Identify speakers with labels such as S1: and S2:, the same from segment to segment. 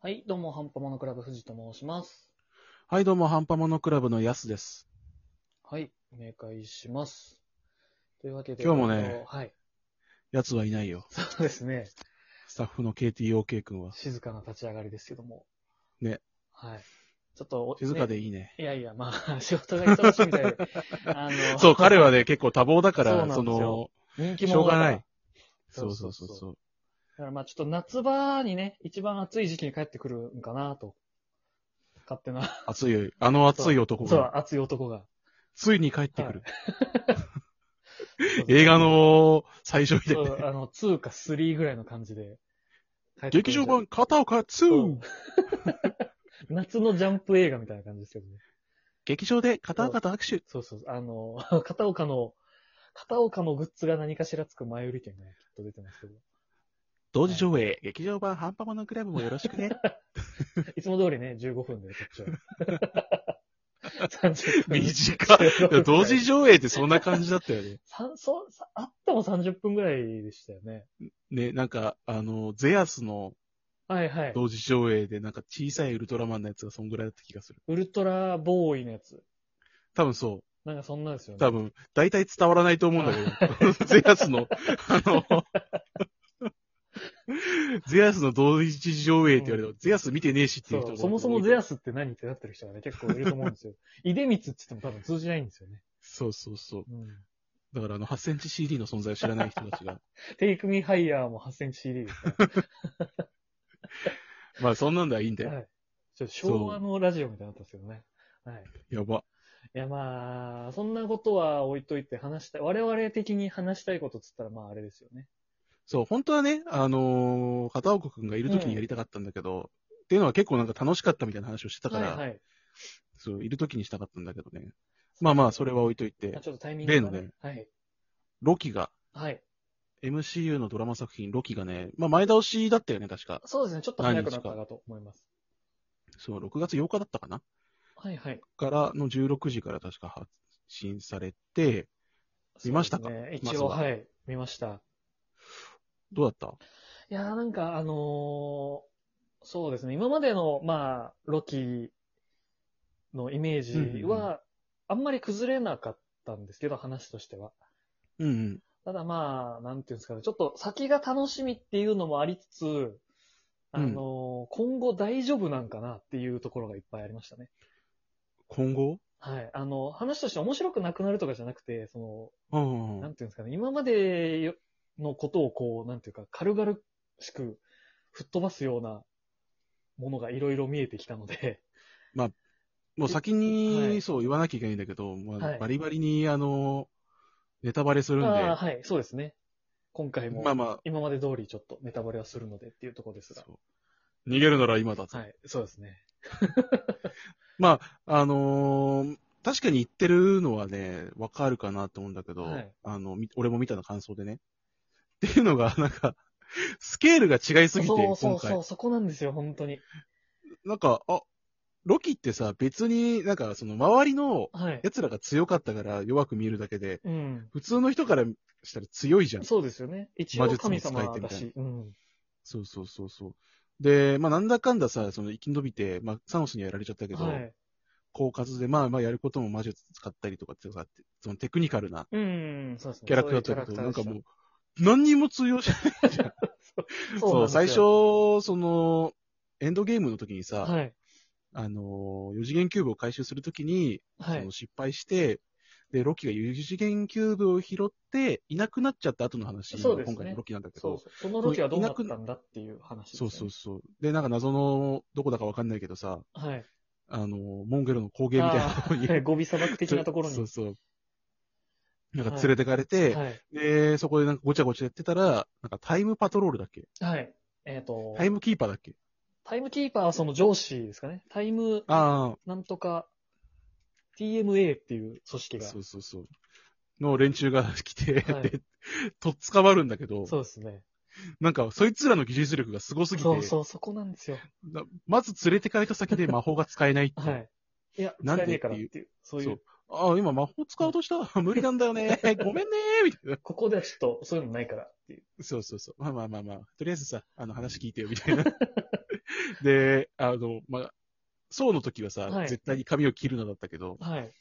S1: はい、どうも、ハンパモノクラブ藤と申します。
S2: はい、どうも、ハンパモノクラブのやすです。
S1: はい、お願いします。というわけで。
S2: 今日もね
S1: えっとはい、
S2: やつはいないよ。
S1: そうですね。
S2: スタッフの KTOK 君は。
S1: 静かな立ち上がりですけども。
S2: ね。
S1: はい。ちょっとお、
S2: 静か
S1: ね
S2: でいいね。
S1: いやいや、まあ、 仕事が忙しいみたい で。あの
S2: そう、彼はね、結構多忙だか
S1: そうな
S2: ら、
S1: んです
S2: そ
S1: よ
S2: の、
S1: 人気
S2: し
S1: 者
S2: ょう
S1: だか
S2: が
S1: ら
S2: ない。。
S1: そ
S2: そう
S1: そ
S2: うそうう
S1: そ
S2: そううそう。
S1: だからまあ、ちょっと夏場にね、一番暑い時期に帰ってくるんかなと。勝手な。
S2: 熱い、あの熱い男
S1: そう
S2: が、、
S1: 暑い男が。
S2: ついに帰ってくる。
S1: そう
S2: 映画の最初みたい
S1: そ
S2: な。
S1: う、あの、2か3ぐらいの感じで。
S2: 劇場版、片岡
S1: そう
S2: 2。
S1: 夏のジャンプ映画みたいな感じですけどね。
S2: 劇場で片岡と握手。
S1: そうそう。あの、 片岡の、片岡のグッズが何かしらつく前売り券がねきっと出てますけど。
S2: 同時上映、劇場版ハンパモノクラブもよろしくね。
S1: いつも通りね、15分で特徴。30分。
S2: 短い。いや同時上映ってそんな感じだったよね。
S1: さんそうさあっても30分ぐらいでしたよね。
S2: ね、なんか、あの、ゼアスの
S1: はいはい。
S2: 同時上映で、なんか小さいウルトラマンのやつがそんぐらいだった気がする。
S1: ウルトラボーイのやつ。
S2: 多分そ
S1: なんかそんなですよ
S2: う。
S1: ね。
S2: 多分、大体伝わらないと思うんだけど、 ゼアスの、あの、 ゼアスの同時上映って言われても、ゼアス見てねえしって
S1: そ
S2: いう人
S1: うそもそもゼアス
S2: ス。
S1: って何ってなってる人がね、結構いると思うん ですよ。出光って言っても多分通じないんですよね。
S2: そうそうそう。
S1: うん。
S2: だからあの、8センチ CD の存在を知らない人たちが。
S1: テイクミハイヤーも8センチ CD ですから
S2: まあ、そんなんだいいんだ
S1: は
S2: よ。
S1: い。ちょっと昭和のラジオみたいになったんですけどね。はい。
S2: やば。
S1: いやまあ、そんなことは置いといて話したい。我々的に話したいことっつったらまああれですよね。
S2: そう、本当はね、あのー片岡くんがいる時にやりたかったんだけど、っていうのは結構なんか楽しかったみたいな話をしてたから、
S1: はいはい。
S2: そう、いる時にしたかったんだけどね。まあまあ、それは置いとい
S1: まあ
S2: て、
S1: ちょっとタイミングが
S2: 例のね。
S1: はい。
S2: ロキが、
S1: はい。
S2: MCU のドラマ作品、ロキがね、まあ前倒しだったよね、確か。
S1: そうですね。ちょっと早くなったかと思います。
S2: そう、6月8日だったかな
S1: はいはい。
S2: からの16時から確か発信されて、見ましたか
S1: そうですね
S2: ま
S1: 一
S2: ず
S1: 応、
S2: は
S1: はい。見ました。
S2: どうだった
S1: いやーなんかあのーそうですね。今までの、まあ、ロキのイメージ
S2: うん
S1: は、あんまり崩れなかったんですけど、話としては。
S2: うんうん。
S1: ただまあ、なんていうんですかね、ちょっと先が楽しみっていうのもありつつ、あのー、今後大丈夫なんかなっていうところがいっぱいありましたね。
S2: 今後
S1: はい。あの、話として面白くなくなるとかじゃなくて、そ
S2: うん
S1: の、
S2: うんう
S1: なん
S2: ん。
S1: ていうんですかね、今までよのことをこう、なんていうか、軽々しく吹っ飛ばすようなものがいろいろ見えてきたので、
S2: もう先
S1: はい
S2: に、そう言わなきゃいけないんだけど、ま
S1: はい
S2: あ、バリバリに、あの、ネタバレするんで、
S1: ああ、はい、そうですね。今回も
S2: まあ、ま
S1: 今まで通りちょっとネタバレはするのでっていうところです
S2: あ
S1: が。、
S2: そう逃げるなら今だと。
S1: はい、そうですね。
S2: まあ、あのー確かに言ってるのはね、わかるかなと思うんだけど、
S1: はい
S2: あの、み俺も見たの感想でね。っていうのが、 なんか、スケールが違いすぎて、
S1: そうそ
S2: 今
S1: うそう、
S2: 回。
S1: そこなんですよ、本当に。
S2: なんか、あ、ロキってさ、別になんか、その周りの
S1: はい。
S2: 奴らが強かったから弱く見えるだけで、
S1: うん。
S2: 普通の人からしたら強いじゃん。
S1: そうですよね。一応
S2: 魔術
S1: 神
S2: の使い手みたい
S1: 様
S2: な
S1: だし。うん。
S2: そうそうそうそう。で、まあ、なんだかんださ、その生き延びて、まあ、サノスにはやられちゃったけど、
S1: はい。
S2: 狡猾で、まあまあやることも魔術使ったりとかってさ、そのテクニカルな
S1: うん、そうですね。
S2: キャラクターだったけど、なん
S1: そ
S2: か
S1: ういう
S2: もう、何にも通用しない。
S1: キャラクターでした
S2: そう
S1: なんです
S2: 最
S1: よ
S2: 初、その、エンドゲームの時にさ、
S1: はい。
S2: あの、4次元キューブを回収するときに、
S1: は
S2: そ
S1: い
S2: の。失敗して、で、ロキが4次元キューブを拾って、いなくなっちゃった後の話、
S1: そうですね
S2: 今回のロキなんだけ
S1: そう
S2: ど、
S1: そう。そのロケはどうなったんだっていう話です
S2: そ
S1: よ
S2: う
S1: ね。
S2: そうそう。で、なんか謎の、どこだかわかんないけどさ、
S1: はい。
S2: あの、モンゲルの工芸みたいなところに
S1: はいゴビ砂漠的なところに。
S2: そうそう。なんか連れてかれて、
S1: はい。
S2: で、そこでなんかごちゃごちゃやってたら、なんかタイムパトロールだっけ
S1: はい。えっ、と
S2: タイムキーパーだっけ
S1: タイムキーパーはその上司ですかね。タイム、
S2: あ
S1: なんとか、TMA っていう組織
S2: あ、
S1: が。
S2: そ
S1: そう
S2: そうそう。の連中が来て、
S1: はい
S2: で、とっ捕まるんだけど
S1: う、ですね。
S2: なんかそいつらの技術力がすごすぎて、
S1: そうそう、そこなんですよ。
S2: なまず連れてかれた 先で魔法が使えないっていう。
S1: はい。いや、
S2: な
S1: 使
S2: んで
S1: えねえからっていう。そうい
S2: そうう。ああ、今魔法使おうとした。 無理なんだ よね。ごめんねみたいな。
S1: ここではちょっとそういうのないからっていう。
S2: そうそうそう。まあまあまあまあ。とりあえずさ、あの話聞いてよ、みたいな。で、あの、まあ、そうの時はさ、
S1: はい
S2: 絶対に髪を切るなだったけど、
S1: はい。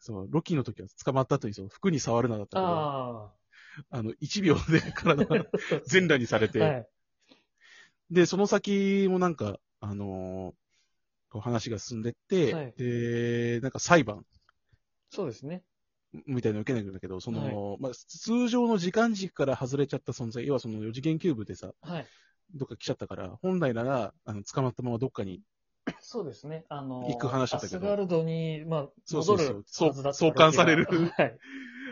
S2: そう、ロキの時は捕まった後にその服に触るなだったけど、あ
S1: あ
S2: の、1秒で体が全裸にされ
S1: あ。
S2: て、
S1: はい。
S2: で、その先もなんか、あのーこう話が進んでって、
S1: はい
S2: で、なんか裁判
S1: そうですね。
S2: みたいなの受けないんだけど、その、まあ、通常の時間軸から外れちゃった存在、要はその4次元キューブでさ、
S1: はい。
S2: どっか来ちゃったから、本来なら、あの、捕まったままどっかに、
S1: そうですね。あの、
S2: 行く話だったけど
S1: アスガルドに、まあ、
S2: そうそ
S1: 戻
S2: うそう
S1: るはずだった
S2: そう送還される
S1: ロキがはい。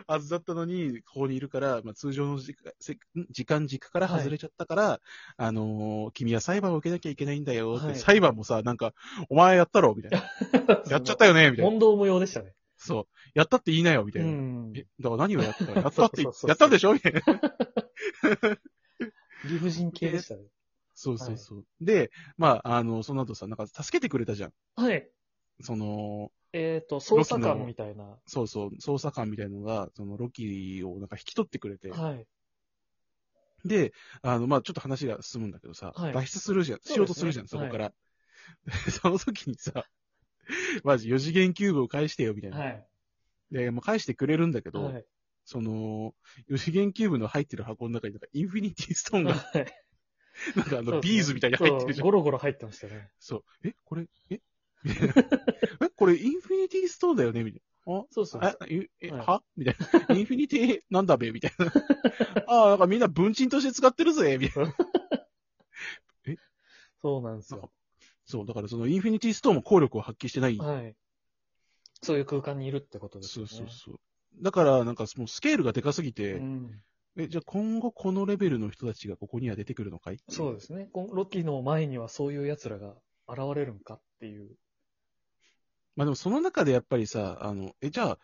S2: はずだったのに、ここにいるから、まあ、通常の時間せ時間軸から外れちゃったから、あのー君は裁判を受けなきゃいけないんだよって、
S1: はい
S2: 裁判もさ、なんか、お前やったろみたい な。やっちゃったよねみたいな。
S1: 問答無用でしたね。
S2: そう。やったって言いなよみたいうな。
S1: ん。
S2: え、だから何をや ったやったっ
S1: そうそう
S2: て
S1: そうそう、
S2: やったんでしょみたいな。
S1: 理不尽系でしたね。
S2: そうそうそう。で、まあ、あの、その後さ、なんか助けてくれたじゃん。
S1: はい。
S2: その、
S1: えっ、と、捜査
S2: ロキの
S1: 官みたいな。
S2: そうそう、捜査官みたいのが、そのロキをなんか引き取ってくれて、
S1: はい。
S2: で、あの、まあ、ちょっと話が進むんだけどさ、
S1: はい
S2: 脱出するじゃん、
S1: そうですね
S2: しようとするじゃん、そ,、こから。でその時にさ、 マジ4次元キューブを返してよ、みたいな。
S1: はい。
S2: で、もう返してくれるんだけど、
S1: はい。
S2: その、4次元キューブの入ってる箱の中に、なんかインフィニティストーンが、
S1: はい
S2: なん
S1: そ
S2: かあ
S1: う
S2: の、
S1: ですね
S2: ビーズみたいに入ってるじ
S1: そう
S2: ゃ
S1: ゴ
S2: ん。
S1: ロゴロ入ってましたね。
S2: そう。え、これ、え みたいなえ、これインフィニティストーンだよねみたいな。あ
S1: そうそうそう
S2: あえ、え
S1: はい
S2: はみたいな。インフィニティなんだべみたい な。ああ、なんかみんな文鎮として使ってるぜみたいな。
S1: そうなんです
S2: なん
S1: よ。
S2: そう、だからそのインフィニティストーンも効力を発揮してない。
S1: はい。そういう空間にいるってことです
S2: そ
S1: よ
S2: う
S1: ね。
S2: そうそう。だから、なんかもうスケールがでかすぎて、
S1: うん、
S2: え、じゃあ今後このレベルの人たちがここには出てくるのかい
S1: そうですね。このロキの前にはそういう奴らが現れるんかっていう。
S2: まあでもその中でやっぱりさ、あの、え、じゃあ、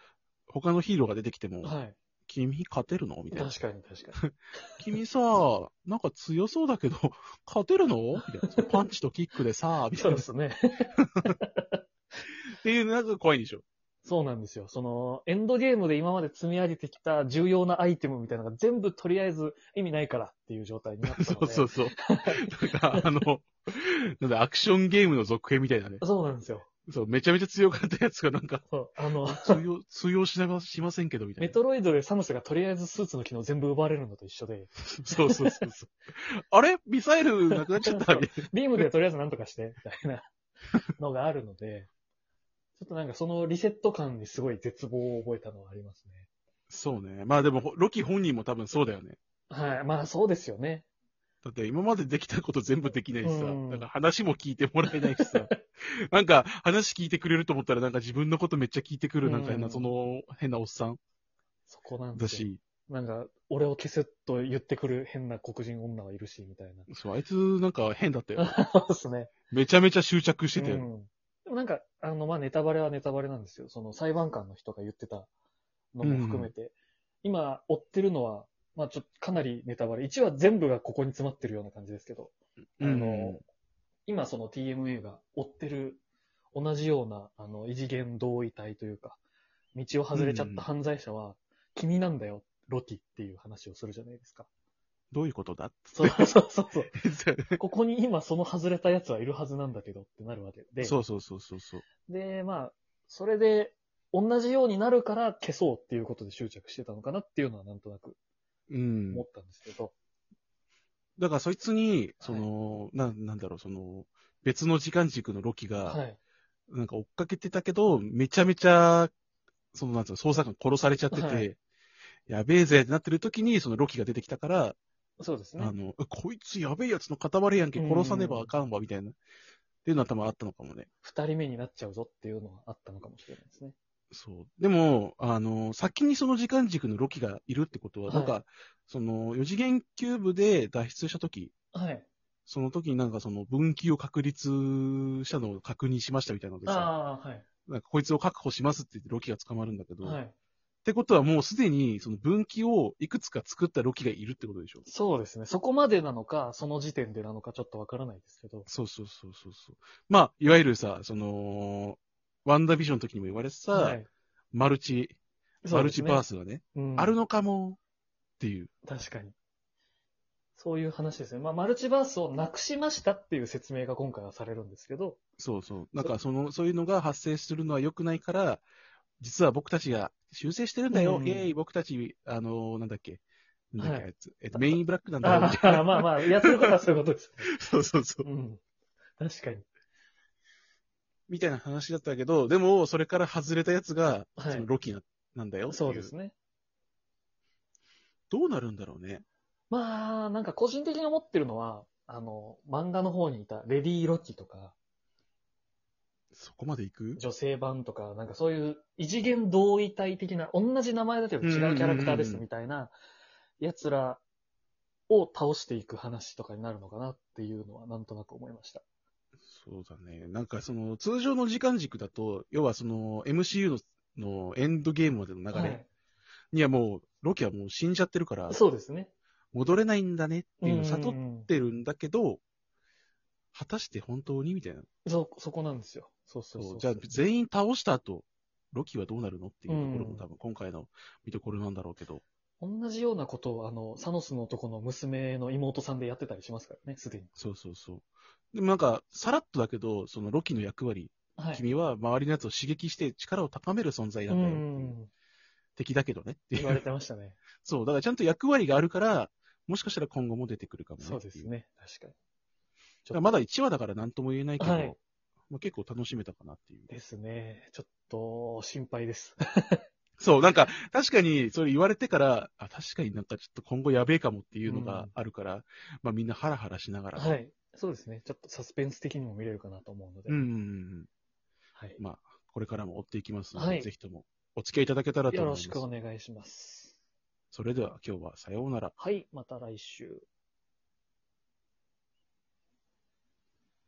S2: 他のヒーローが出てきても、
S1: はい。
S2: 君勝てるのみたいな。
S1: 確かに確かに。
S2: 君さ、なんか強そうだけど、 勝てるのみたいな。そのパンチとキックで さ、みた
S1: そ
S2: いうな。
S1: ですね。
S2: っていう、なんか怖いんでしょ。
S1: そうなんですよ。その、エンドゲームで今まで積み上げてきた重要なアイテムみたいなのが全部とりあえず意味ないからっていう状態になったので。
S2: そうそうそう。なんか、あの、なんだ、アクションゲームの続編みたいなね。
S1: そうなんですよ。
S2: そう、めちゃめちゃ強かったやつがなんか、
S1: そう。あの、
S2: 通 用、通用しながしませんけど、みたい
S1: メ
S2: な。
S1: トロイドでサムスがとりあえずスーツの機能全部奪われるのと一緒で、
S2: そうそうそうそう。あれミサイルなくなっちゃったみたい
S1: ビームでとりあえずなんとかして、みたいな のがあるので、ちょっとなんかそのリセット感にすごい絶望を覚えたのはありますね。
S2: そうね。まあでも、ほロキ本人も多分そうだよね。
S1: はい。まあそうですよね。
S2: だって今までできたこと全部できないしさ、
S1: うん
S2: なんか話も聞いてもらえない しさ、なんか話聞いてくれると思ったらなんか自分のことめっちゃ聞いてくるなんか変
S1: う
S2: な、
S1: ん
S2: その変なおっさん
S1: そこなん
S2: だ
S1: ですよ。
S2: し、
S1: なんか、俺を消せと言ってくる変な黒人女はいるし、みたいな。
S2: そう、あいつなんか変だったよ。
S1: そうですね。
S2: めちゃめちゃ執着してたよ。
S1: うんでもなんか、あの、まあ、ネタバレはネタバレなんですよ。その裁判官の人が言ってたのも含めて。今、追ってるのは、まあ、ちょっとかなりネタバレ。1話全部がここに詰まってるような感じですけど。あ
S2: うん
S1: の、今その TMA が追ってる同じような、あの、異次元同意体というか、道を外れちゃった犯罪者は、君なんだよ、ロキっていう話をするじゃないです か。
S2: どういうことだっつ
S1: そ
S2: っ
S1: うそうそうそう。
S2: て。
S1: ここに今その外れた奴はいるはずなんだけどってなるわけで。
S2: そうそうそうそうそう。
S1: で、まあ、それで、同じようになるから消そうっていうことで執着してたのかなっていうのはなんとなく
S2: うん
S1: 思。ったんですけど。
S2: だからそいつに、その、な、なんだろう、その、別の時間軸のロキ
S1: は
S2: が、
S1: い。
S2: なんか追っかけてたけど、めちゃめちゃ、その、なんつうの、捜査官殺されちゃってて、
S1: はい
S2: やべえぜってなってる時に、そのロキが出てきたから、
S1: そうです
S2: あ
S1: ね。
S2: の、えこいつやべえやつの塊やんけ、殺さねばあかんわ、みたいな。っていうのは多分あったのかもね。
S1: 二人目になっちゃうぞっていうのはあったのかもしれないですね。
S2: そう。でも、あの、先にその時間軸のロキがいるってことは、
S1: はい
S2: なんか、その、4次元キューブで脱出した時、
S1: はい。
S2: その時になんかその分岐を確立したのを確認しましたみたいなのでさ、
S1: ああ、はい。
S2: なんかこいつを確保しますって言ってロキが捕まるんだけど、
S1: はい。
S2: ってことはもうすでにその分岐をいくつか作ったロキがいるってことでしょ
S1: そうですね。そこまでなのか、その時点でなのかちょっとわからないですけど。
S2: そうそうそうそうそう。まあ、いわゆるさ、その、ワンダービジョンの時にも言われてた、
S1: はい。
S2: マルチ、マルチバー
S1: ス、
S2: スがね、
S1: うん
S2: あるのかもっていう。
S1: 確かに。そういう話ですね。まあ、マルチバースをなくしましたっていう説明が今回はされるんですけど、
S2: そうそう。なんか、その、そういうのが発生するのは良くないから、実は僕たちが修正してるんだよ、
S1: うん
S2: イェーイ、僕たち、あのーなんだっけ、なんだっけ、
S1: はい
S2: あいつえっと、メインブラックなんだよ、み
S1: あ
S2: たい
S1: あ、まあまあ、やってることはそういうことです。
S2: なそうそうそう。
S1: うん。確かに。
S2: みたいな話だったけど、でも、それから外れたやつが、
S1: はい
S2: そのロキななんだよってい
S1: そうですね。
S2: どうなるんだろうね。
S1: まあ、なんか個人的に思ってるのは、あの、漫画の方にいたレディー・ロキとか、
S2: そこまで行く
S1: 女性版とか、なんかそういう異次元同位体的な、同じ名前だけど違うキャラクターですみたいな、奴らを倒していく話とかになるのかなっていうのはなんとなく思いました。
S2: そうだね。なんか、その、通常の時間軸だと、要はその、MCU の、のエンドゲームまでの流
S1: は
S2: れ
S1: い。
S2: にはもう、ロキはもう死んじゃってるから、
S1: そうですね。
S2: 戻れないんだねっていうのを悟っ
S1: うんうんうん
S2: ってるんだけど、果たして本当にみたいな。
S1: そ、そこなんですよ。そうそうそう
S2: そうじゃあ全員倒した後、ロキはどうなるのっていうところ
S1: うん
S2: も多分今回の見どころなんだろうけど。
S1: 同じようなことを、あの、サノスの男の娘の妹さんでやってたりしますからね、すでに。
S2: そうそうそう。でもなんか、さらっとだけど、そのロキの役割、
S1: は
S2: 君は周りのやつを刺激して力を高める存在
S1: う
S2: なんだよっていう。
S1: ん。
S2: 敵だけどねってい
S1: 言われ
S2: う。
S1: てましたね。
S2: そう、だからちゃんと役割があるから、もしかしたら今後も出てくるかもねってい
S1: そうです。ね。確かに。
S2: だからまだ1話だから何とも言えないけど、
S1: はい
S2: まあ、結構楽しめたかなっていう。
S1: ですね。ちょっと、心配です。
S2: そう、なんか、確かに、それ言われてから、あ、確かになんかちょっと今後やべえかもっていうの
S1: う
S2: が
S1: ん
S2: あるから、まあみんなハラハラしながら。
S1: はい。そうですね。ちょっとサスペンス的にも見れるかなと思うので。
S2: うんうんうん
S1: はい
S2: うん。。まあ、これからも追っていきますので、
S1: はい
S2: ぜひともお付き合いいただけたらと
S1: よ
S2: 思
S1: ろ
S2: います。
S1: しくお願いします。
S2: それでは今日はさようなら。
S1: はい。また来週。